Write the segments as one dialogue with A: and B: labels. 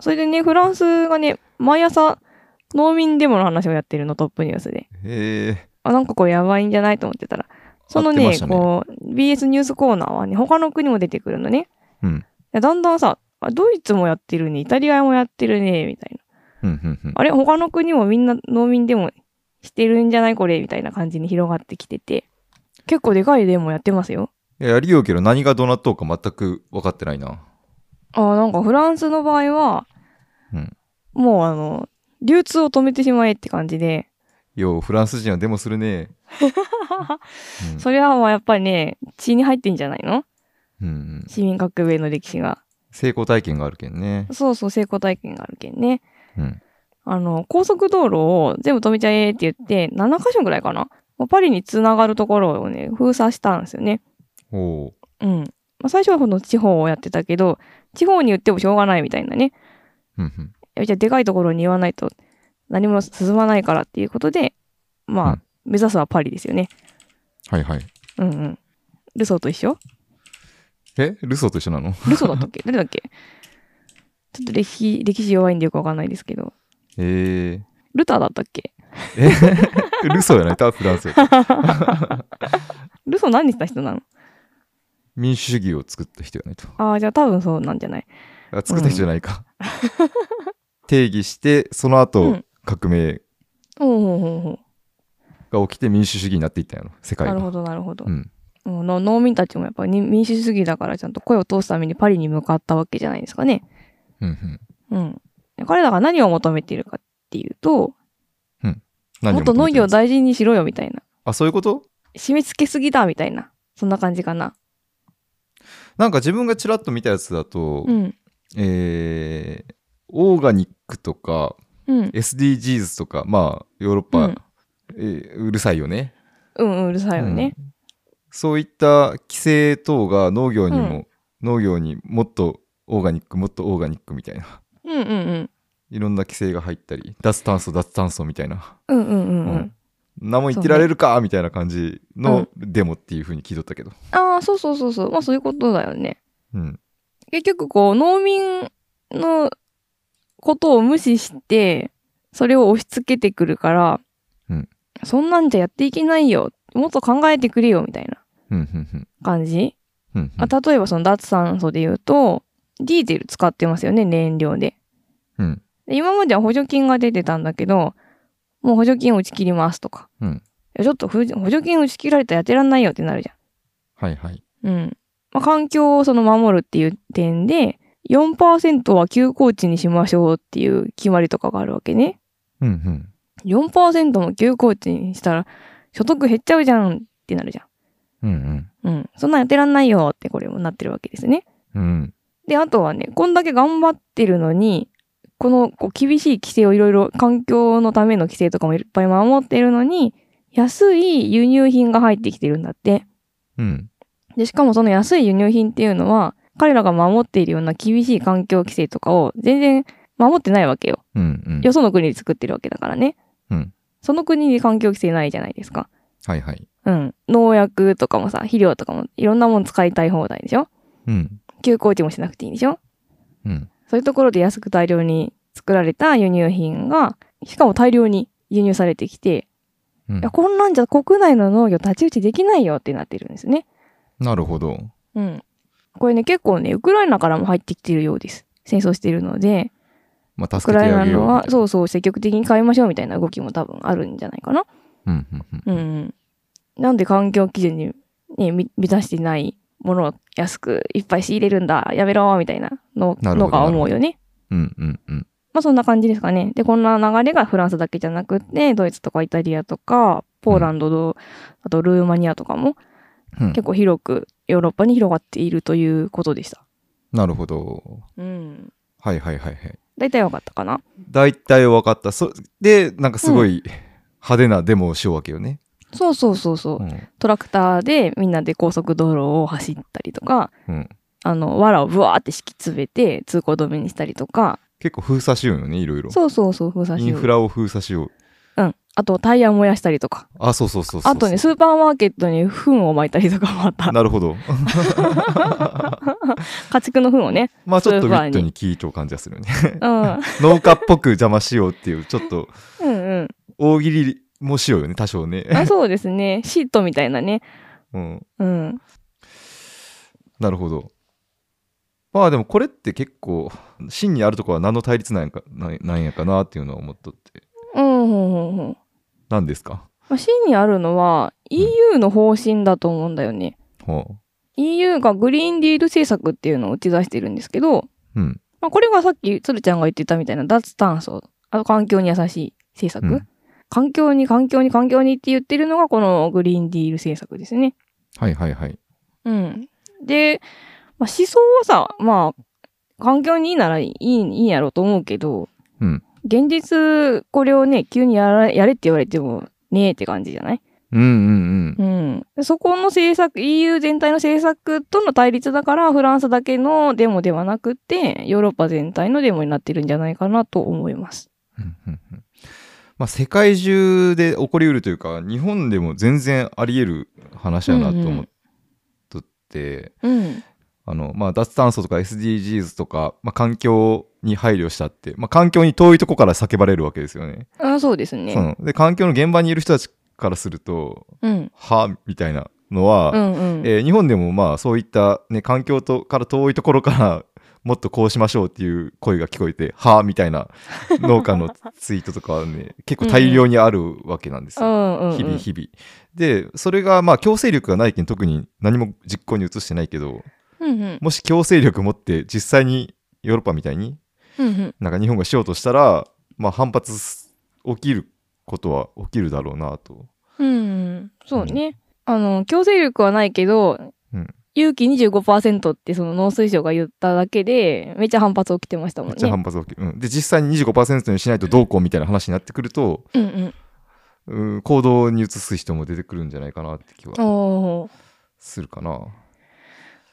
A: それでね、フランスがね、毎朝農民デモの話をやってるの、トップニュースで。
B: へえ。
A: あ、なんかこれやばいんじゃないと思ってたら、その
B: 合って
A: ね、
B: ましたね
A: こう、BS ニュースコーナーはね、他の国も出てくるのね。
B: うん。
A: でだんだんさ、あドイツもやってるね、イタリアもやってるね、みたいな。
B: うん、うん、うん。
A: あれ他の国もみんな農民デモしてるんじゃないこれみたいな感じに広がってきてて。結構でかいデモやってますよ。
B: いややりようけど何がどうなっとうか全く分かってないな。
A: あーなんかフランスの場合は、
B: うん
A: もうあの、流通を止めてしまえって感じで、
B: よう、フランス人はデモする ね。うん
A: それはまあやっぱりね、血に入ってんじゃないの
B: うんうん、
A: 市民革命の歴史が。
B: 成功体験があるけんね。
A: そうそう、成功体験があるけんね。
B: うん。
A: あの、高速道路を全部止めちゃえって言って、7カ所ぐらいかな。まあパリに繋がるところをね、封鎖したんですよね。
B: おう
A: うん。まあ、最初はこの地方をやってたけど、地方に言ってもしょうがないみたいなね。
B: うんうん
A: いやじゃあでかいところに言わないと何も進まないからっていうことで、まあ、
B: うん
A: 目指すはパリですよね。
B: はいはい。
A: うんうん。ルソーと一緒
B: えルソーと一緒なの
A: ルソーだったっ け誰だっけちょっと歴史、歴史弱いんでよくわかんないですけど。
B: え ー、
A: ルターだったっけ
B: えルソーやないとフランスやった
A: ルソー何した人なの
B: 民主主義を作った人やないと。
A: ああ、じゃあ多分そうなんじゃない
B: あ作った人じゃないか。定義して、その後、
A: うん
B: 革命
A: ほうほうほうほ
B: が起きて民主主義になっていったんやろ、世
A: う。
B: 界
A: な
B: が。
A: るほど、なるほど。
B: うん。
A: うんの農民たちもやっぱり民主主義だからちゃんと声を通すためにパリに向かったわけじゃないですかね。
B: うんうん。
A: うん。彼らが何を求めているかっていうと、
B: 何を
A: もっと農
B: 求めて
A: 業
B: る
A: を大事にしろよみたいな。
B: あ、そういうこと
A: 締め付けすぎだみたいな。そんな感じかな。
B: なんか自分がちらっと見たやつだと、
A: うん。
B: えーオーガニックとか
A: うん。
B: SDGs とかまあヨーロッパ、
A: うん
B: えーうるさいよね
A: うんうん、うるさいよね。
B: うんそういった規制等が農業にも、農業にもっとオーガニックもっとオーガニックみたいな
A: うんうんうん。
B: いろんな規制が入ったり脱炭素脱炭素みたいな、
A: うんうんうんう
B: うんん。何も言ってられるか、みたいな感じのデモっていう風に聞いとったけど、
A: ああ、そうそうそうそう。まあそういうことだよね。
B: うん、
A: 結局こう、農民のことを無視して、それを押し付けてくるから、
B: うん
A: そんなんじゃやっていけないよ。もっと考えてくれよ、みたいな
B: うんうんうん
A: 感じ。
B: うん
A: あ例えばその脱炭素で言うと、ディーゼル使ってますよね、燃料で。
B: うん
A: で今までは補助金が出てたんだけど、もう補助金を打ち切りますとか。
B: うん
A: いやちょっとふ補助金打ち切られたらやってらんないよってなるじ
B: はいはい
A: ゃん。うん。まあ、環境をその守るっていう点で、4%は休耕地にしましょうっていう決まりとかがあるわけね。
B: うんうん
A: 4%も休耕地にしたら所得減っちゃうじゃんってなるじゃ
B: うん
A: ん。うん。そんなんやってらんないよってこれもなってるわけですね。
B: うんうん
A: で、あとはね、こんだけ頑張ってるのに、このこう厳しい規制をいろいろ環境のための規制とかもいっぱい守ってるのに、安い輸入品が入ってきてるんだって。
B: うん
A: で、しかもその安い輸入品っていうのは、彼らが守っているような厳しい環境規制とかを全然守ってないわけよ。
B: うんうん
A: よその国で作ってるわけだからね。
B: うん
A: その国に環境規制ないじゃないですか。
B: はいはい
A: うん。農薬とかもさ、肥料とかもいろんなもん使いたい放題でしょ
B: うん
A: 休耕地もしなくていいでしょ
B: うん
A: そういうところで安く大量に作られた輸入品が、しかも大量に輸入されてきて、
B: うん
A: いや、こんなんじゃ国内の農業太刀打ちできないよってなってるんですね。
B: なるほど。
A: うん。これね、結構ね、ウクライナからも入ってきてるようです。戦争してるので、
B: まあ、
A: ウク
B: 助け
A: ラ
B: て
A: イナ
B: あげよう。
A: のは、そうそう、積極的に買いましょうみたいな動きも多分あるんじゃないかな。
B: うんうんうん
A: うんうん。なんで環境基準に、ね、み満たしてないものを安くいっぱい仕入れるんだ、やめろ、みたいなの、
B: なる
A: の
B: ほど
A: が思うよね。
B: うんうんうん
A: まあそんな感じですかね。で、こんな流れがフランスだけじゃなくて、ドイツとかイタリアとか、ポーランドと、あとルーマニアとかも
B: うん
A: 結構広くヨーロッパに広がっているということでした。
B: なるほど。
A: うん。
B: はいはいはいはい。
A: 大体わかったかな
B: 大体分かった。そで、なんかすごい派手なデモをしようわけよね。
A: そうそうそうそう。
B: うん
A: トラクターでみんなで高速道路を走ったりとか、
B: うん
A: あの、藁をブワーって敷き詰めて通行止めにしたりとか、
B: 結構封鎖しようよね、いろいろ。
A: そうそうそう、封鎖し
B: イン
A: よう
B: フラを封鎖しよう。
A: うん。あと、タイヤ燃やしたりとか。
B: あ、そうそうそうそうそう。
A: あとね、スーパーマーケットに糞を撒いたりとかもあった。
B: なるほど。
A: 家畜の糞を ね。
B: まあちょっと
A: スー
B: ウ
A: パ
B: ィ
A: ーに
B: ットに聞いちゃう感じがするね。
A: うん。うん
B: 農家っぽく邪魔しようっていう、ちょっと
A: うん。
B: 大喜利もしようよね、多少ね。
A: あそうですね。シートみたいなね。
B: うん。
A: うん。
B: なるほど。まあでもこれって結構、真にあるとこは何の対立なんやかなんなんやかなっていうのは思っとって。
A: うん、ほんほんほん。
B: 何ですか
A: まあ、真にあるのは EU の方針だと思うんだよね。
B: ほ
A: EU がグリーンディール政策っていうのを打ち出してるんですけど、
B: う。うん。
A: まあ、これがさっき鶴ちゃんが言ってたみたいな脱炭素、あと環境に優しい政策、
B: うん
A: 環境に環境に環境にって言ってるのがこのグリーンディール政策ですね。
B: はいはいはい。
A: うん。で、まあ、思想はさ、まあ、環境にいいならいい、いいんやろうと思うけど、
B: うん
A: 現実これをね、急にやらやれって言われてもねえって感じじゃない
B: うんうん
A: うん、そこの政策 EU 全体の政策との対立だからフランスだけのデモではなくてヨーロッパ全体のデモになってるんじゃないかなと思います。
B: うんうんうんうん。まあ世界中で起こりうるというか、日本でも全然あり得る話やなと思っとって、
A: うん、
B: あの、まあ、脱炭素とか SDGs とか、まあ、環境に配慮したって、まあ、環境に遠いとこから叫ばれるわけですよね。
A: あそうですね。
B: うん、で、環境の現場にいる人たちからすると、
A: うん、
B: はみたいなのは、
A: うん、うん、
B: えー日本でもまあ、そういったね、環境とから遠いところから、 もっとこうしましょうっていう声が聞こえて、はみたいな農家のツイートとかは ね、結構大量にあるわけなんです
A: う
B: よ。
A: ん、うん、
B: 日々日々。で、それがまあ、強制力がないけん特に何も実行に移してないけど、
A: うん、うん、
B: もし強制力持って実際にヨーロッパみたいに
A: うん、
B: なんか日本がしようとしたら、まあ、反発す起きることは起きるだろうなと。
A: うん、そうね。あの強制力はないけど、
B: うん
A: 勇気25%ってその農水省が言っただけでめっちゃ反発起きてましたも
B: め
A: ん
B: っちゃ
A: ね。
B: 反発起きる、うん、で実際に25%にしないとどうこうみたいな話になってくると、
A: うん、うん、
B: うん、行動に移す人も出てくるんじゃないかなって気は
A: おー
B: するかな。
A: ま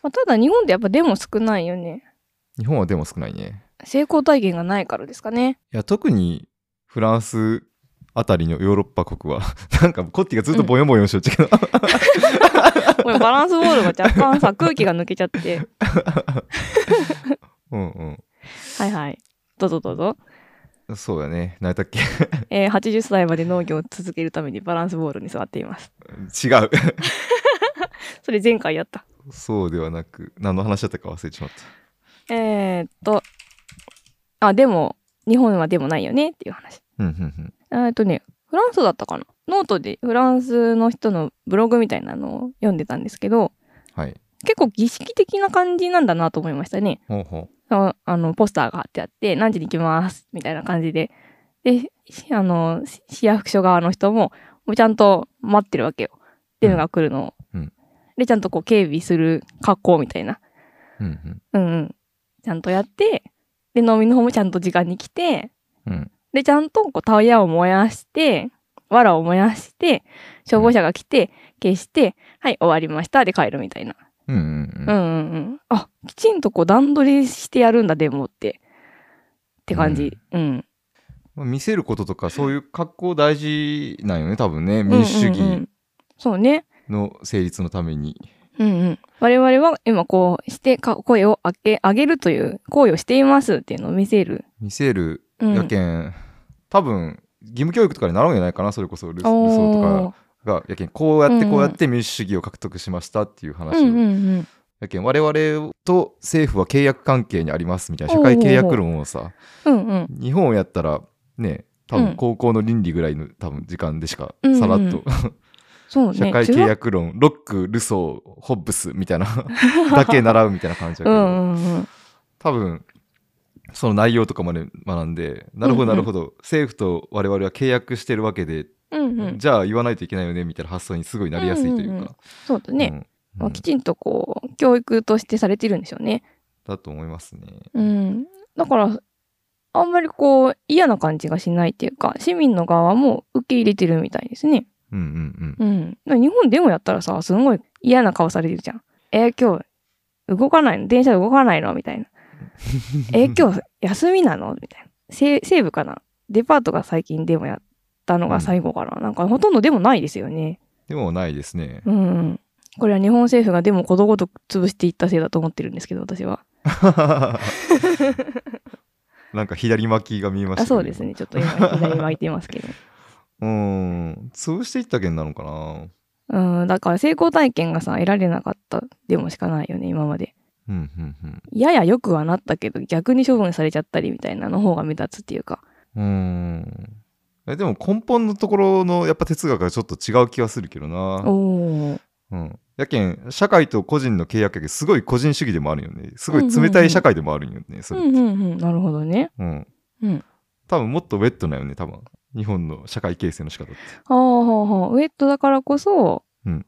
A: あ、ただ日本ってやっぱデモ少ないよね。
B: 日本はでも少ないね。
A: 成功体験がないからですかね。
B: いや特にフランスあたりのヨーロッパ国は なんかコッティがずっとボヨボヨしよっちゃうけど、
A: これバランスボールが若干さ、空気が抜けちゃって。
B: うん、うん
A: はいはい。どうぞどうぞ。
B: そうだね何だっけ
A: えー80歳まで農業を続けるためにバランスボールに座っています。
B: 違う
A: それ前回やった。
B: そうではなく、何の話だったか忘れてしまっ
A: えー、っと、あ、でも、日本はでもないよねっていう話。
B: た。うんうん
A: えー、っとね、フランスだったかな。ノートでフランスの人のブログみたいなのを読んでたんですけど、
B: うん。はい。
A: 結構儀式的な感じなんだなと思いましたね。
B: ほうほ
A: そのあの、ポスターが貼ってあって、何時に行きます、みたいな感じで。で、しあの、し市役所側の人も、もうちゃんと待ってるわけよ。デモが来るのを。
B: うん
A: で、ちゃんとこう警備する格好みたいな。
B: う。うん
A: うんうん。ちゃんとやって、で、飲みの方もちゃんと時間に来て、
B: うん。うん。
A: で、ちゃんとこうタイヤを燃やして、藁を燃やして、消防車が来て、消して、はい、終わりました。で、帰るみたいな。
B: うんう
A: うん
B: ん
A: うんうん。あ、きちんとこう段取りしてやるんだ、デモって。って感じ。うん。
B: うん。見せることとか、そういう格好大事なんよね、多分ね。
A: うんうんうん
B: 民主主義
A: そうね。
B: の成立のために。
A: うんうん。我々は今こうしてか声を上げ上げるという行為をしていますっていうのを見せる。
B: 見せる
A: うん、
B: やけん、多分、義務教育とかになるんじゃないかな、それこそルス、ル
A: おー
B: ソーとかが、やけん、こうやって
A: うん
B: こうやって民主主義を獲得しましたっていう話を。
A: うんうん
B: やけん、我々と政府は契約関係にありますみたいな、社会契約論をさ、
A: うん。うんうん。
B: 日本をやったらね多
A: うん
B: 分高校の倫理ぐらいの多分時間でしか
A: うんうん
B: さらっと、
A: そうね。
B: 社会
A: 中
B: 契
A: 学
B: 約論ロックルソーホッブスみ たいなだけ習うみたいな感じだけ
A: う
B: ど、
A: んうんうん。
B: 多分その内容とかまで学んでなるほ
A: うんうん
B: どなるほど、政府と我々は契約してるわけで、
A: うんうん。
B: じゃあ言わないといけないよねみたいな発想にすごいなりやすいという
A: うんうん
B: か、
A: そうだ
B: うん
A: ね。
B: うん
A: まあきちんとこう、教育としてされてるんでしょうね。
B: だと思いますね。
A: うん。だから、あんまりこう、嫌な感じがしないっていうか、市民の側も受け入れてるみたいですね。
B: うんうん
A: うん。だから日本でもやったらさ、すごい嫌な顔されてるじゃん。えー今日、動かないの電車動かないのみたいな。えー今日、休みなのみたいな。西西部かなデパートが最近でもやっったのが最後から、なんかほとんどでもないですよね。
B: でもないで すね。
A: うんうん。これは日本政府がでもことごとく潰していったせいだと思ってるんですけど、私は。
B: なんか左巻きが見えました
A: あ
B: けど
A: そうですね。ちょっと今、左巻いてますけど。
B: うーん潰していったけんなのかな
A: うん、だから成功体験がさ、得られなかったでもしかないよね、今まで。
B: うんうん
A: やや良くはなったけど、逆に処分されちゃったりみたいなの方が目立つっていうか。
B: うんうーんえでも根本のところのやっぱ哲学がちょっと違う気がするけど
A: お
B: な、
A: お。
B: うん、やけん社会と個人の契約やけんすごい個人主義でもあるよねすごい冷たい社会でもあるんよねそうれ
A: んうんうん。なるほどね。
B: うん
A: うん
B: 多分もっとウェットなよね多分日本の社会形成の仕方って
A: はあはあはあ。ウェットだからこそ、
B: うん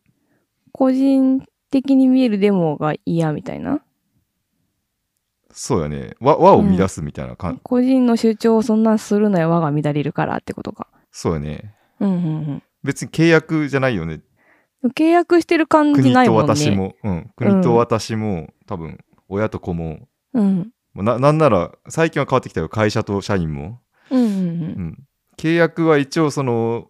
A: 個人的に見えるデモが嫌みたいな。
B: そうやね和和を乱すみたいな感じ、
A: 個人の主張をそんなんするなよ、我が乱れるからってことか。
B: そうやね
A: うんうん
B: 別に契約じゃないよね
A: うん。契約してる感じ
B: 国
A: ない
B: と
A: もんね。
B: 私も、うん、国と私も、多分親と子も
A: うん。
B: もうななんなら最近は変わってきたよ会社と社員も、
A: うんうんう。
B: うんん、契約は一応その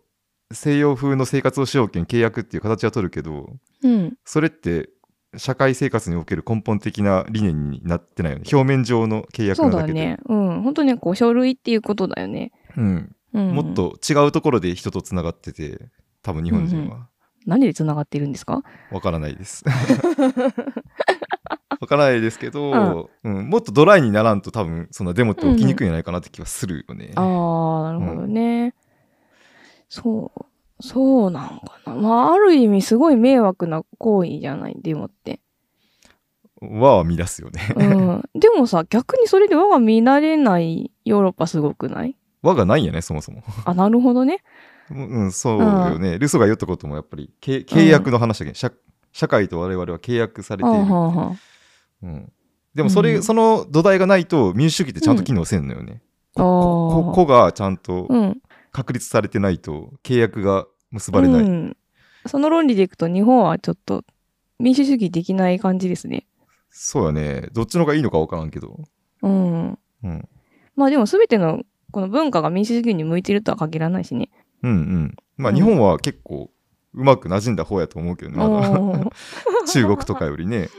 B: 西洋風の生活をしようけん契約っていう形は取るけど
A: うん。
B: それって社会生活における根本的な理念になってないよね表面上の契約
A: そ
B: な
A: う
B: だ
A: だ
B: けで
A: ね。うん。本当にこう、書類っていうことだよね。
B: うん、
A: うんうん、
B: もっと違うところで人とつながってて多分日本人は
A: 何で繋がっているんですか
B: わからないです。わからないですけど、うんもっとドライにならんと多分そんなデモって起きにくいんじゃないかなって気はするよね。
A: ああ、なるほどね。そう、そうなんかな。まあ、ある意味すごい迷惑な行為じゃない、デモって。
B: 和は乱すよね。
A: うん。でもさ、逆にそれで我が乱れないヨーロッパすごくない
B: 和がないんやねそもそも。
A: あ、なるほどね。
B: うんうん、そうよね。ルソが言ったこともやっぱりけ契約の話だけど、社社会と我々は契約され
A: あ
B: ている。
A: はあはあ
B: うん、でもそれ、
A: うん
B: その土台がないと民主主義ってちゃんと機能せんのよね。
A: あ
B: こ
A: ー
B: ここがちゃんと
A: うん。
B: 確立されてないと契約が結ばれない。
A: うん。その論理でいくと日本はちょっと民主主義できない感じですね。
B: そうやね。どっちの方がいいのかわからんけど。
A: うん。
B: うん、
A: まあでも全てのこの文化が民主主義に向いてるとは限らないしね。
B: うんうん。まあ
A: うん
B: 日本は結構うまく馴染んだ方やと思うけどね、まだ
A: おー
B: 中国とかよりね。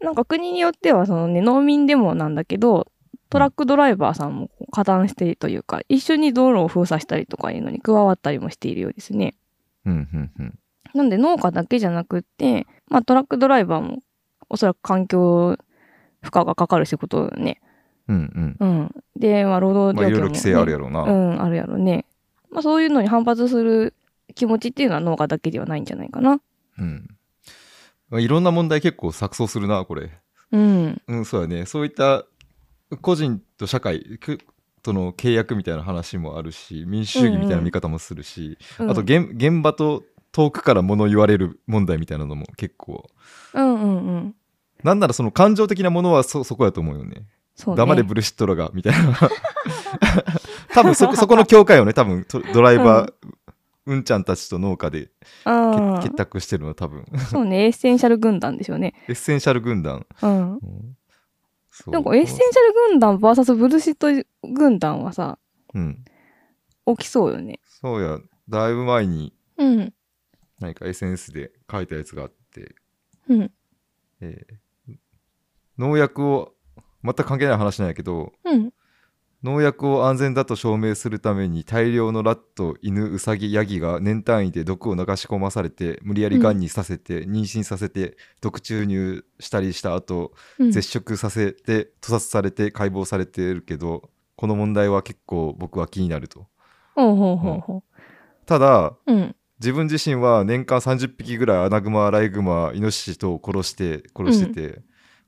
A: なんか国によってはその、ね、農民でもなんだけどトラックドライバーさんもこう加担してというか一緒に道路を封鎖したりとかいうのに加わったりもしているようですね。
B: うんうんうん。
A: なんで農家だけじゃなくって、まあ、トラックドライバーもおそらく環境負荷がかかる仕事だよね。
B: うん
A: うん、で、まあ、労
B: うん。
A: 働
B: まあ
A: 条
B: いろ
A: 件も、ね
B: いろ規制あるやろうな。
A: うん、あるやろね。まあ、そういうのに反発する気持ちっていうのは農家だけではないんじゃないかな。
B: うん。まあいろんな問題結構錯綜するな、これ。
A: うん、
B: うん、そうやね。そういった個人と社会くとの契約みたいな話もあるし、民主主義みたいな見方もするし、
A: うん、
B: あと現現場と遠くから物言われる問題みたいなのも結構。
A: うんうんうん
B: なんならその感情的なものはそそこやと思うよね。
A: そうね
B: 黙れブルシットロがみたいな 多分そこそこの境界をね多分とドライバー、うん、ちゃんたちと農家で
A: う
B: け
A: ん
B: 結託してるのは多分
A: そうね、エッセンシャル軍団でしょうね。
B: エッセンシャル軍団、
A: うん。
B: うんそう
A: なんかエッセンシャル軍団 VS ブルシット軍団はさ、
B: うん
A: 起きそうよね。
B: そうやだいぶ前に
A: うん。
B: 何か SNS で書いたやつがあって、
A: うん。
B: えー農薬を全く関係ない話なんやけど
A: うん。
B: 農薬を安全だと証明するために大量のラット犬ウサギヤギが年単位で毒を流し込まされて無理やりがんにさせて、妊娠させて毒注入したりした後、
A: うん、
B: 絶食させて屠殺されて解剖されてるけどこの問題は結構僕は気になると
A: ほうほうほうほ
B: ただ
A: う。うん。
B: 自分自身は年間30匹ぐらいアナグマアライグマイノシシと殺して殺してて、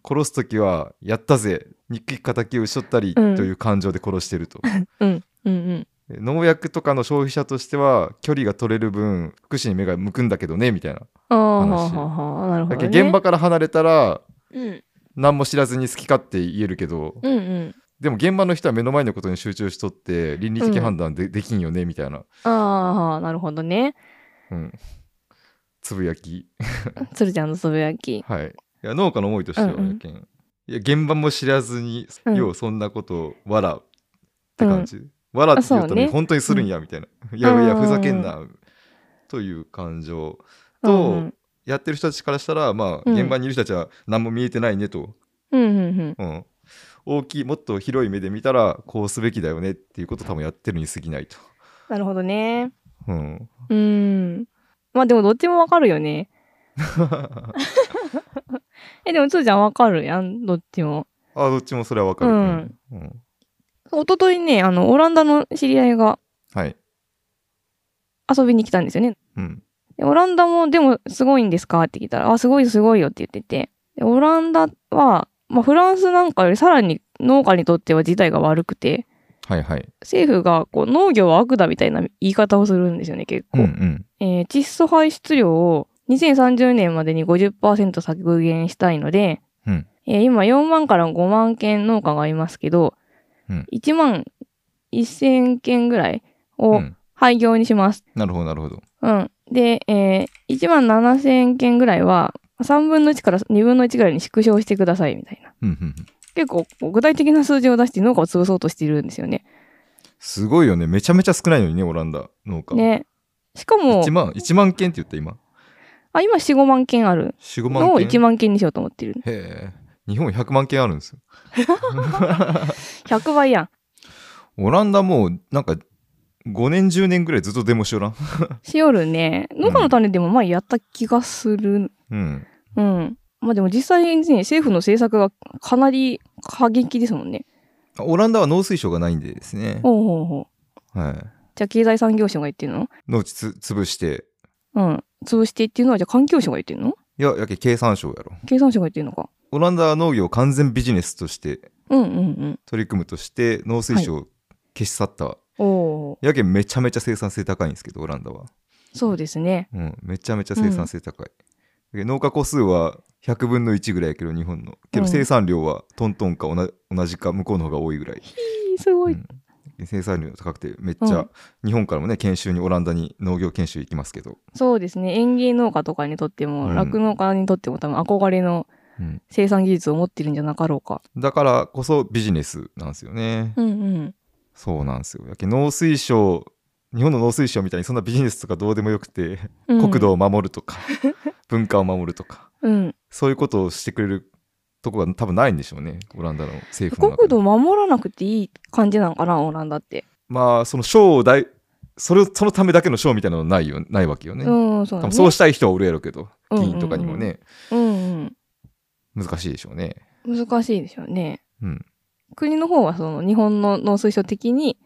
B: 殺す時は「やったぜ憎い敵を打ち取ったり」と
A: うん
B: いう感情で殺し てると、
A: うん。うん。
B: え農薬とかの消費者としては距離が取れる分福祉に目が向くんだけどねみたいな、
A: ああ、は
B: 話
A: あはあ、なるほ
B: だ
A: ど、
B: け
A: ね。
B: ど現場から離れたら
A: うん。
B: 何も知らずに好き勝手言えるけど、
A: うんうん。
B: でも現場の人は目の前のことに集中しとって倫理的判断で,、できんよねみたいな、
A: ああ、なるほどね。
B: うん、つぶやき
A: 鶴ちゃんのつぶやき。
B: はいいや農家の思いとしては、
A: うんうん
B: やけんいや現場も知らずに、
A: うん
B: ようそんなことをわらって感じ、笑って言うと
A: そうね
B: ね本当にするんやみたいな、いやいや
A: うん
B: ふざけんなという感情
A: う
B: と、
A: ん
B: やってる人たちからしたらまあ
A: うん
B: 現場にいる人たちは何も見えてないねと、
A: うんうん
B: うん大きいもっと広い目で見たらこうすべきだよねっていうことを多分やってるに過ぎないと、
A: なるほどね
B: うん、
A: うんまあでもどっちもわかるよ ねえでもつーちゃんわかるやんどっちも
B: あどっちもそれはわかる、
A: うん
B: うん
A: 一昨日ねあのオランダの知り合いが
B: はい、
A: 遊びに来たんですよね
B: うん、
A: でオランダもでもすごいんですかって聞いたら、あ、すごいすごいよって言ってて。でオランダは、まあフランスなんかよりさらに農家にとっては事態が悪くて、
B: はいはい
A: 政府がこう農業は悪だみたいな言い方をするんですよね、結
B: うん
A: 構。
B: うん
A: えー窒素排出量を2030年までに50%削減したいので、
B: うん
A: えー今4万から5万件農家がいますけど、
B: うん
A: 1万1000件ぐらい
B: う
A: を
B: ん
A: 廃業にします。
B: なるほどなるほど
A: うん。で、えー、1万7000件ぐらいは、3分の1から2分の1ぐらいに縮小してくださいみたいな。
B: うんうんうん
A: 結構、こう具体的な数字を出して農家を潰そうとしているんですよね。
B: すごいよねめちゃめちゃ少ないのにねオランダ農家、
A: ね。しかも
B: 1、万1万件って言った今
A: あ、今4、5万件ある
B: 45万
A: のを
B: 件
A: 1万件にしようと思ってる。
B: へえ日本100万件あるんですよ
A: 100倍や ん。
B: オランダもうなんか5年10年ぐらいずっとデモしよらん
A: しよるね。農家の種でも前やった気がする。
B: うん
A: うん。まあでも実際にね、政府の政策がかなり過激ですもんね。
B: オランダは農水省がないんでですね、
A: ほうほうほう。
B: はい、
A: じゃあ経済産業省が言ってるの
B: 農地つ潰して
A: うん。潰してっていうのはじゃあ環境省が言ってるの
B: いややけ経産省やろ
A: 経産省が言ってるのか。
B: オランダは農業を完全ビジネスとして
A: うんうん
B: 取り組むとして農水省を消し去った、
A: うん。おお、
B: やけんめちゃめちゃ生産性高いんですけどオランダは、
A: そうですね。
B: うん、めちゃめちゃ生産性高い、やけん農家個数は100分の1ぐらいやけど日本のけど
A: うん
B: 生産量はトントンかおな同じか向こうの方が多いぐらい
A: すごい。
B: うん生産量高くてめっちゃ、
A: うん
B: 日本からもね研修にオランダに農業研修行きますけど、
A: そうですね。園芸農家とかにとって
B: う
A: も、
B: ん
A: 酪農家にとっても多分憧れの
B: うん
A: 生産技術を持ってるんじゃなかろうか。
B: だからこそビジネスなんですよね、
A: うんうん。
B: そうなんですよやけ農水省日本の農水省みたいにそんなビジネスとかどうでもよくて、
A: うん
B: 国土を守る とか文化を守るとか
A: うん。
B: そういうことをしてくれるとこが多分ないんでしょうねオランダの政府の中で
A: 国土守らなくていい感じなのかな、オランダって。
B: まあその省を大それそのためだけの省みたいなのはないよないわけよね、
A: うん、そう
B: 多
A: だ
B: 分
A: ね。
B: そうしたい人はおるやろうけど
A: うんう
B: 議
A: んうん
B: 員とかにもね、
A: うん
B: 難しいでしょうね
A: うん。難しいでしょうね。
B: うん
A: 国の方はその日本の農水省的に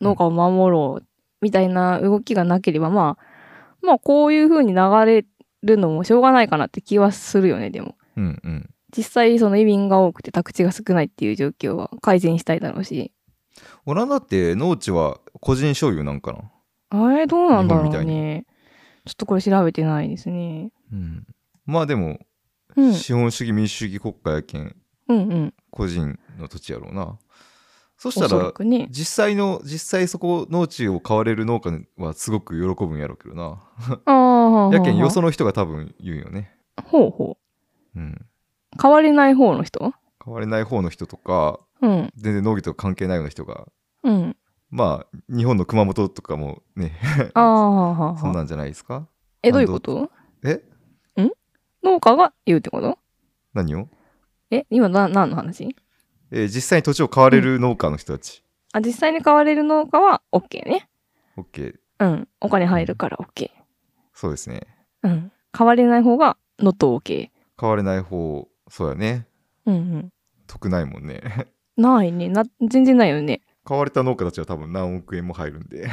A: 農家を守ろうみたいな動きがなければ、まあ、まあこういう風に流れるのもしょうがないかなって気はするよね、でも。
B: うんうん
A: 実際その移民が多くて宅地が少ないっていう状況は改善したいだろうし。
B: オランダって農地は個人所有なんかな、
A: あれどうなんだろ
B: 日
A: う
B: 本みた
A: ね。ちょっとこれ調べてないですね。
B: うん、まあでも、
A: うん。
B: 資本主義民主主義国家やけん
A: うんうん。
B: 個人の土地やろうなそし
A: お
B: た
A: そ
B: ら
A: らくね。
B: 実際の実際そこ農地を買われる農家はすごく喜ぶんやろうけどな
A: ああ。
B: やけんよその人が多分言うよね、
A: ほうほ
B: うん、
A: う。変われない方の人
B: 買われない方の人とか
A: うん。
B: 全然農業とか関係ないような人が
A: うん。
B: まあ日本の熊本とかもね
A: ああ。
B: そんなんじゃないですか
A: え、どういうこと
B: え
A: 農家が言うってこと
B: 何を、
A: え、今な、何の話
B: えー実際に土地を買われる農家の人たち、
A: あ、実際に買われる農家は OK ね。
B: OK
A: うん。お金入るから OK。
B: そうですね
A: うん。買われない方が not OK。
B: 買われない方そうやね
A: うんうん。
B: 得ないもんね
A: ないね。な、全然ないよね。
B: 買われた農家たちは多分何億円も入るんで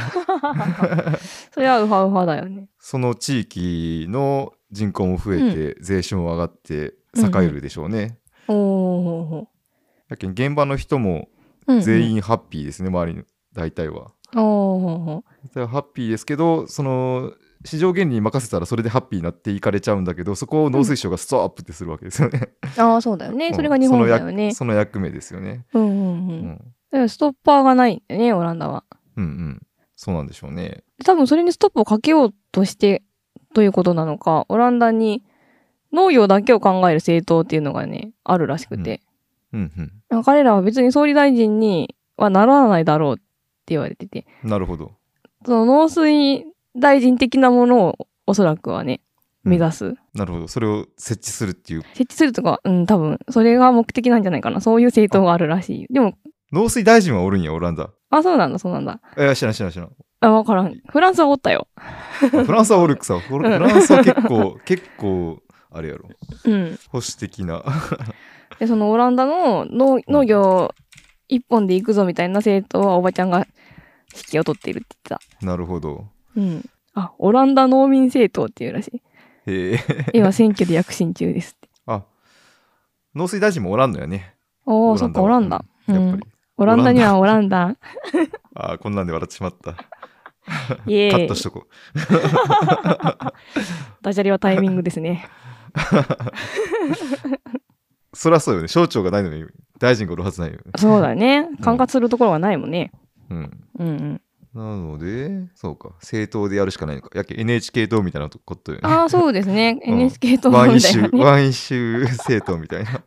A: それはウハウハだよね。
B: その地域の人口も増えて、税収も上がって栄えるでしょうね、
A: おお。
B: だけど現場の人も
A: うんうん
B: 全。員ハッピーですね、周りの大体は
A: おお。
B: 大体はハッピーですけどその市場原理に任せたらそれでハッピーになっていかれちゃうんだけどそこを農水省がストアップってするわけですよね、。
A: ああ、そうだよね。それが日本だよね
B: その役その役目ですよね、
A: うんうんう。
B: うんん
A: だからストッパーがないんだよね、オランダは。
B: うんうんそうなんでしょうね
A: 多分それにストップをかけようとしてということなのか、オランダに農業だけを考える政党っていうのがね、あるらしくて。
B: うんうん
A: 彼らは別に総理大臣にはならないだろうっ言われてて、
B: なるほど。
A: その農水大臣的なものをおそらくはね、
B: うん
A: 目指す。
B: なるほど。それを設置するっていう。
A: 設置するとか、うん、多分、それが目的なんじゃないかな。そういう政党があるらしい。でも、
B: 農水大臣はおるんや、オランダ。
A: あ、そうなんだ、そうなんだ。
B: え、知らん知らん知らん。
A: あ、わからん。フランスはおったよ。
B: あフランスはおるくさ。フラフランスは結構、結構、あれやろ。
A: うん。
B: 保守的な。
A: で、そのオランダの農農業一本で行くぞみたいな政党はおばちゃんが指揮を取っているって言って
B: なるほど。
A: た。うん。あ、オランダ農民政党っていうらしい。
B: へえ。
A: 今選挙で躍進中です って。
B: あ、農水大臣もおらんのやね。
A: お
B: オ
A: ー、
B: ラ
A: そ
B: ン
A: っ
B: ダ
A: か、
B: は
A: オランダ。う
B: やっぱ
A: ん
B: り。。
A: オランダにはオランダ。
B: あーこんなんで笑ってしまった。
A: イエ
B: カッ
A: ー
B: ト
A: イ
B: し。とこう。
A: ダジャレはタイミングですね。
B: そりゃそうよね。省庁がないのに大臣がおるはずないよね。
A: そうだね。管轄するところはないもんね。
B: うん。
A: うんうん。
B: なので、そうか。政党でやるしかないのか。やけ NHK 党みたいなことよね。
A: ああ、そうですね。
B: うん
A: NHK 党みた
B: ワ
A: い
B: ン
A: な
B: イシュー、
A: ね。
B: ワンイシュー政党みたい な。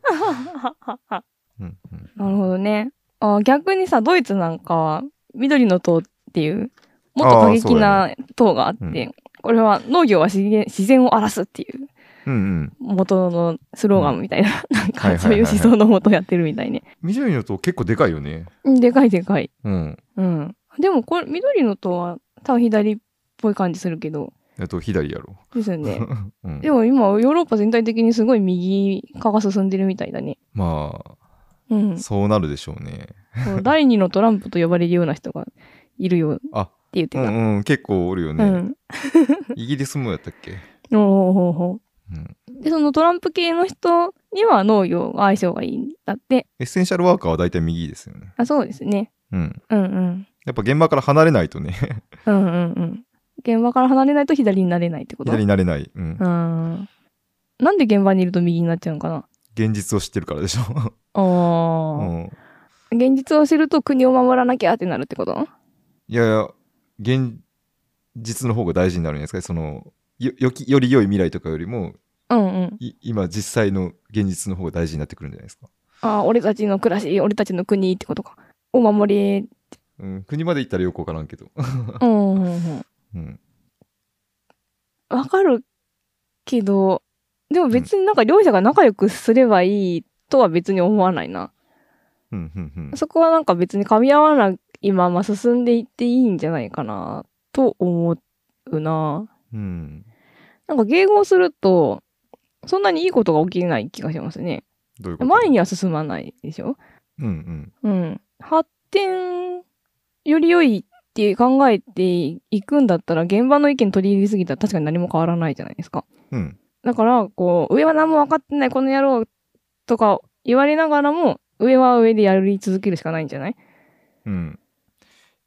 B: うんうん、
A: なるほどね。あー逆にさ、ドイツなんかは、緑の党っていう、もっと過激な党があっ
B: あーそうだ
A: て、これは農業は資源自然を荒らすっていう
B: うんうん。
A: 元のスローガンみたいな、なん
B: はいはい
A: か
B: はい
A: そういう思想のもとやってるみたいね。
B: 緑の党結構でかいよね。
A: うんでかいでかい。
B: うん。
A: うん。でもこれ、緑の党は多分左っぽい感じするけど、
B: えっと、左やろ。
A: ですよ ね。
B: うん、
A: でも今、ヨーロッパ全体的にすごい右化が進んでるみたいだね。
B: まあ、
A: う ん。
B: そうなるでしょうね。
A: こう第二のトランプと呼ばれるような人がいるよって
B: あ
A: 言って
B: う
A: た。
B: んうん、結構おるよね。
A: うん。
B: イギリスもやったっけ、
A: おおほうほ
B: うん、
A: うで、そのトランプ系の人には農業が相性がいいんだって。
B: エッセンシャルワーカーは大体右ですよね。
A: あ、そうですね。
B: うん。
A: うんうん。
B: やっぱ現場から離れないとね、
A: うんうんうん。現場から離れないと左になれないってこと
B: 左になれない。うん
A: う。ん。なんで現場にいると右になっちゃうんかな
B: 現実を知ってるからでしょ。
A: あ
B: う
A: ー、
B: ん、
A: 現実を知ると国を守らなきゃってなるってこと
B: いやいや、現実の方が大事になるんじゃないですか。そのよよきより良い未来とかよりも
A: うんうん。
B: い今実際の現実の方が大事になってくるんじゃないですか、
A: ああ、俺たちの暮らし、俺たちの国ってことか。お守り。
B: うん、国まで行ったらよくわからんけど、
A: うんうんうん。
B: うん、
A: わかるけど、でも別になんか両者が仲良くすればいいとは別に思わないな。
B: うんうんうん
A: そこはなんか別に噛み合わないまま進んでいっていいんじゃないかなと思うな。
B: うん
A: なんか迎合すると、そんなにいいことが起きない気がしますね。
B: どういうこと
A: 前には進まないでしょ
B: うんうん
A: うん。発展より良いって考えていくんだったら現場の意見取り入れすぎたら確かに何も変わらないじゃないですか。
B: うん
A: だから、こう、上は何も分かってない、この野郎とか言われながらも、上は上でやり続けるしかないんじゃない
B: うん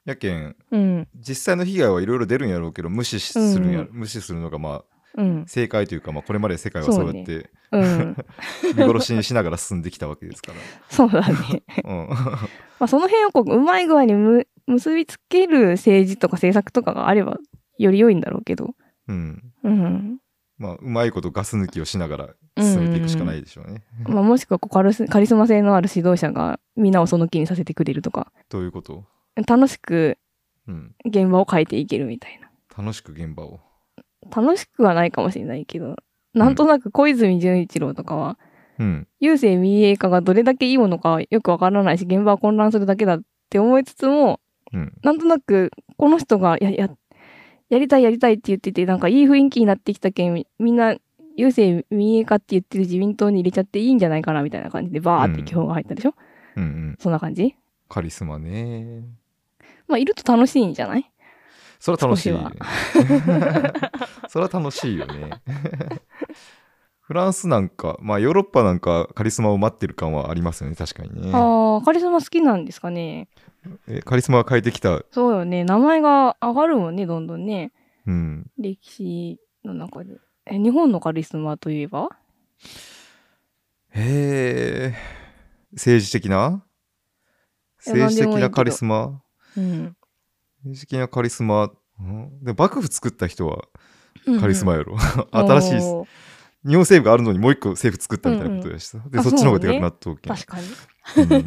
B: やけん
A: うん、
B: 実際の被害はいろいろ出るんやろうけど無視し
A: うん
B: するんや、無視するのがまあ
A: うん、
B: 正解というか、まあ、これまで世界はそうやって
A: うん。
B: 見殺しにしながら進んできたわけですか
A: そうだね。
B: ら、うん、
A: まあ、その辺をこう、うまい具合にむ結びつける政治とか政策とかがあれば、より良いんだろうけど。
B: うん
A: うん。
B: まあうまいことガス抜きをしながら進めていくしかないでしょうね、
A: まあ、もしくはこうカルス、カリスマ性のある指導者が、みんなをその気にさせてくれるとか、
B: どういうこと、
A: 楽しく
B: うん、
A: 現場を変えていけるみたいな。
B: 楽しく現場を
A: 楽しくはないかもしれないけど、なんとなく小泉純一郎とかは、
B: うん
A: 郵政民営化がどれだけいいものかよくわからないし現場は混乱するだけだって思いつつも
B: うん
A: なんとなくこの人がやややりたいやりたいって言っててなんかいい雰囲気になってきたけんみみんな郵政民営化って言ってる自民党に入れちゃっていいんじゃないかなみたいな感じでバーって基本が入ったでしょ、
B: うんうん
A: そんな感じ
B: カリスマね
A: まあいると楽しいんじゃない
B: それは楽しい、ね
A: 少、
B: それは楽しいよねフランスなんかまあヨーロッパなんかカリスマを待ってる感はありますよね確かにね
A: ああカリスマ好きなんですかね
B: えカリスマが変えてきた、
A: そうよね名前が上がるもんねどんどんね
B: うん、
A: 歴史の中でえ日本のカリスマといえば
B: へえ政治的ない
A: や
B: 政治
A: なんでもいいけ
B: 的な
A: ど
B: カリスマ
A: うん
B: 政治的なカリスマんで幕府作った人はカリスマやろ、
A: うん
B: 新しい
A: おー
B: 日本政府があるのにもう一個政府作ったみたいなことやしさ、で
A: あ
B: そっちの方がでかくな っとうけん
A: 確かに
B: うん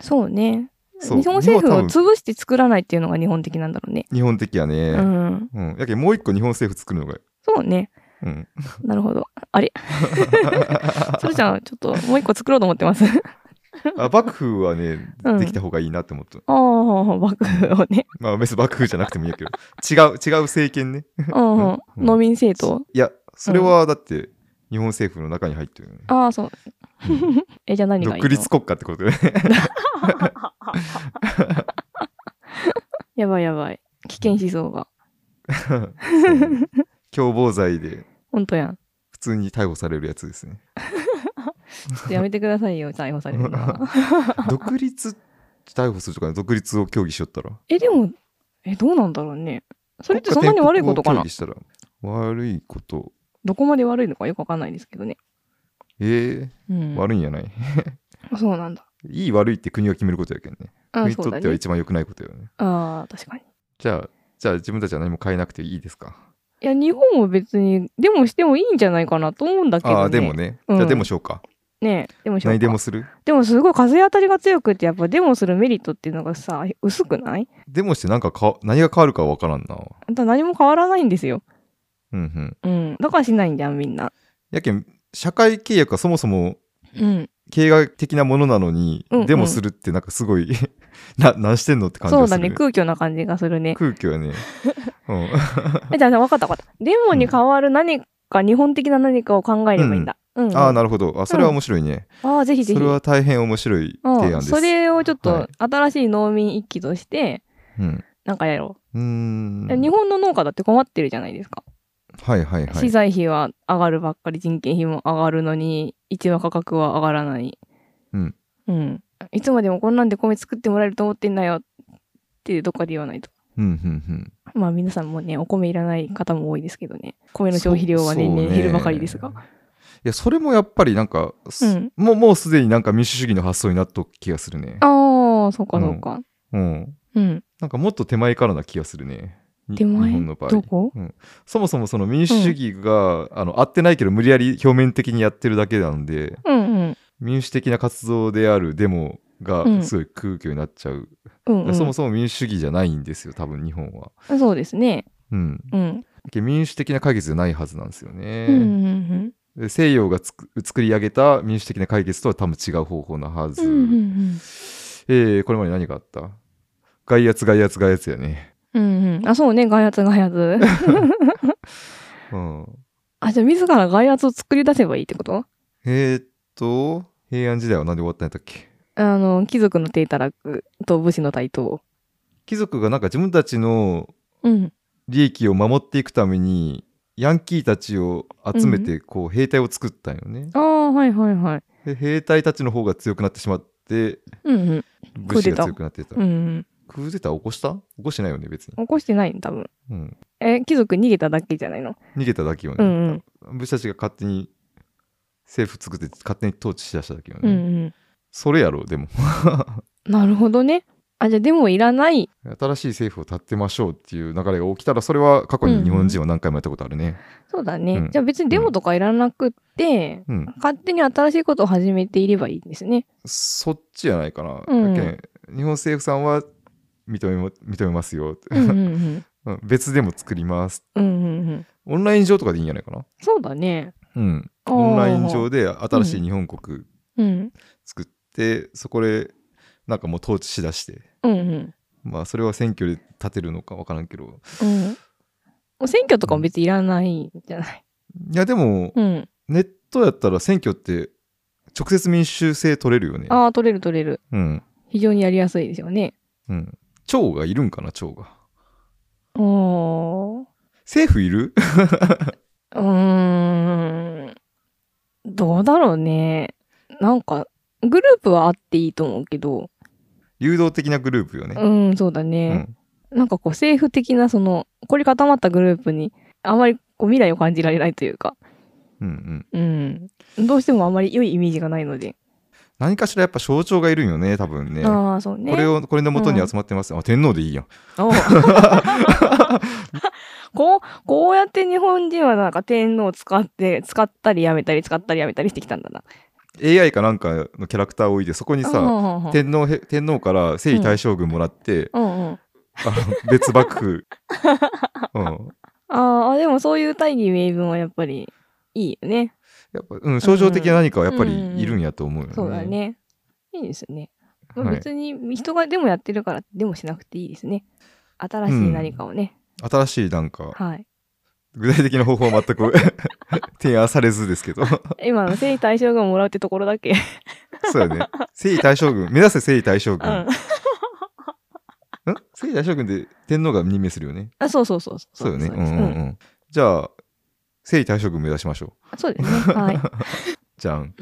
A: そうね。
B: そう
A: 日本政府
B: 日
A: を
B: 本は多
A: 潰して作らないっていうのが日本的なんだろうね。
B: 日本的や
A: う
B: ね。
A: ん。
B: うん。やけんもう一個日本政府作るのが。
A: そうね。
B: うん。
A: なるほど。あれそれじゃあ、ちょっともう一個作ろうと思って ます。
B: あ幕府はね、
A: うん
B: できた方がいいなって思った。
A: ああ、幕府をね。
B: まあ別に幕府じゃなくてもいい やけど。違う、違う政権ね。
A: うんうん。農民政党。
B: いや、それはだって日本政府の中に入ってるよね。
A: ああ、そう。 え、じゃあ何がいいの
B: 独立国家ってこ とだよね。
A: やばいやばい。危険思想が。
B: そう共謀罪で
A: ほんとやん。
B: 普通に逮捕されるやつですね。
A: ちょっとやめてくださいよ、逮捕されるの は。
B: 独立逮捕するとかね、独立を協議しよったら。
A: え、でも、え、どうなんだろうね。それってそんなに悪いことか
B: 国
A: な
B: 家転覆を協議したら悪いこと。
A: どこまで悪いのかよくわかんないですけどね。
B: え
A: う
B: え
A: ん。
B: 悪いんじゃない。
A: そうなんだ。
B: いい悪いって国が決めることやけんね。
A: あ
B: 国
A: あ、
B: に
A: そう
B: と
A: だ
B: っては
A: ね。
B: 一番良くないことよね。
A: ああ、確かに。
B: じゃあ、じゃあ自分たちは何も変えなくていいですか。
A: いや、日本も別に、でもしてもいいんじゃないかなと思うんだけどね。
B: ああ、でもね。
A: うん
B: じゃあでもしようか。
A: ねえ、でもしよう
B: 何
A: か
B: でもする
A: でもすごい風当たりが強くて、やっぱデモするメリットっていうのがさ、薄くない
B: でもしてなんかか何が変わるかわからんな。
A: あんた何も変わらないんですよ。
B: うんうん。
A: うん。だからしないんだよ、みんな。
B: やけん、社会契約はそもそも
A: うん。
B: 経営的なものなのに、
A: うんうん
B: でもするってなんかすごい な、なんしてんのって感じ
A: そう
B: がす
A: だ
B: る、
A: ね、空虚な感じがするね。
B: 空虚やね。うん。
A: え、じゃあ、分かった分かった。デモに代わる何か、日本的な何かを考えればいいんだ。うん。
B: ああ、
A: あ
B: なるほど。あ、それは面白いね。
A: あ、ぜひぜ
B: そ
A: ひ。
B: れは大変面白い提
A: う
B: 案
A: ん。
B: です。
A: それをちょっ
B: は
A: と
B: い、
A: 新しい農民一揆として、
B: うん。
A: なんかやろ
B: うーん
A: う。日本の農家だって困ってるじゃないですか。
B: はいはいは
A: 資
B: い。
A: 材費は上がるばっかり、人件費も上がるのに、一番価格は上がらない。
B: うん。
A: うん。いつまでもこんなんで米作ってもらえると思ってんなよってどっかで言わないと。
B: うんうん
A: まあ皆さんもね、お米いらない方も多いですけどね。米
B: うん。
A: の消費量は年
B: そう
A: 々
B: ね
A: 減るばかりですが。
B: いや、それもやっぱりなんか、す
A: うん
B: もう、もうすでになんか民主主義の発想になっとく気がするね。
A: ああ、そうかそうか。
B: うん。
A: うん。
B: なんかもっと手前からな気がするね。に
A: 手前
B: 日本の場合
A: ど。こ
B: そもそもその民主主義が、あの合ってないけど無理やり表面的にやってるだけなんで
A: うんうん。
B: 民主的な活動であるデ
A: う
B: モ
A: ん
B: がすごい空虚になっちゃう、
A: うん、うん。
B: そもそも民主主義じゃないんですよ多分日本は。
A: そうですね。
B: うん、
A: うん。
B: け民主的な解決じゃないはずなんですよね。
A: うんうんうん
B: で西洋がつく作り上げた民主的な解決とは多分違う方法なはず。
A: うんうん
B: えー、これまで何があった外圧外圧外圧やね。
A: うん。うんうん。あ、そうね。外圧外 圧。
B: うん、
A: あ、じゃあ自ら外圧を作り出せばいいってこと
B: えー、っと平安時代は何で終わったんやったっけ
A: あの、貴族の低たらくと武士の対等。
B: 貴族がなんか自分たちの
A: うん。
B: 利益を守っていくためにヤンキーたちを集めてこう兵隊を作ったんよね、
A: ああ、はいはいはい。
B: で兵隊たちの方が強くなってしまって
A: うんうん。
B: 武士が強くなってた
A: うんうん。
B: クーデター起こした起こしてないよね別に、
A: 起こしてないの多分。
B: うん、
A: え、貴族逃げただけじゃないの
B: 逃げただけよ
A: う
B: ね、
A: んうん。
B: 武士たちが勝手に政府作って勝手に統治しだしただけよ
A: う
B: ね、
A: んうん。
B: それやろでも
A: なるほどね。あ、じゃあでもいらない。
B: 新しい政府を立てましょうっていう流れが起きたらそれは過去に日本人は何回もやったことあるね、
A: そうだね。
B: うん
A: じゃあ別にデモとかいらなくって、
B: うん
A: 勝手に新しいことを始めていればいいんですね。
B: そっちじゃないかな、
A: うん
B: だけん日本政府さんは認めも認めますよ、
A: うんうんうん。
B: うん別でも作ります
A: うんうんうん。
B: オンライン上とかでいいんじゃないかな
A: そうだね。
B: うんオンライン上
A: で。
B: で新しい日本国
A: うん。
B: 作って、そこでなんかもう統治しだして
A: うんうん。
B: まあそれは選挙で立てるのか分からんけど
A: うん。もう選挙とかも別にいらないんじゃない
B: いやでも、
A: うん。
B: ネットやったら選挙って直接民主制取れるよね
A: ああ、取れる取れる。
B: うん
A: 非常にやりやすいですよね。
B: うん長がいるんかな長が
A: おー。
B: 政府いる
A: うーん。どうだろうね。なんか、グループはあっていいと思うけど、
B: 流動的なグループよね、
A: うん、そうだ
B: う
A: ね。
B: ん
A: なんかこう政府的なその、凝り固まったグループに、あまりこう未来を感じられないというか、
B: うんうん
A: うん。どうしてもあまり良いイメージがないので。
B: 何かしらやっぱ象徴がいるんよね多分ね
A: ああ、そうね。
B: これをこれの元に集まってます、あ天皇でいいやん
A: おう こう、こうやって日本人はなんか天皇を使って、使ったりやめたり、使ったりやめたりしてきたんだな。
B: AI かなんかのキャラクターを置いてそこにさ
A: あ
B: 天皇へ天皇から征夷大将軍も らって、
A: うんうん。
B: あの別幕 府、うん、
A: ああ、でもそういう大義名分はやっぱりいいよね。
B: やっぱ、うん、象徴的な何かはやっぱりいるんやと思うよね。
A: そうだね。いいですね。まあ
B: はい
A: 別に人がでもやってるからでもしなくていいですね。新しい何かをね。
B: 新しいなんか
A: はい。
B: 具体的な方法は全く 提案されずですけど
A: 今の征夷大将軍をもらうってところだけ。
B: そうだね征夷大将軍目指せ征夷大将
A: う
B: 軍、
A: ん。
B: ん征夷大将軍で天皇が任命するよね
A: あ、そうそうそう。
B: そうよね
A: で
B: う
A: す
B: んうんうん、じゃあ征夷大将軍目指しましょう
A: そうですね。はい。
B: じゃん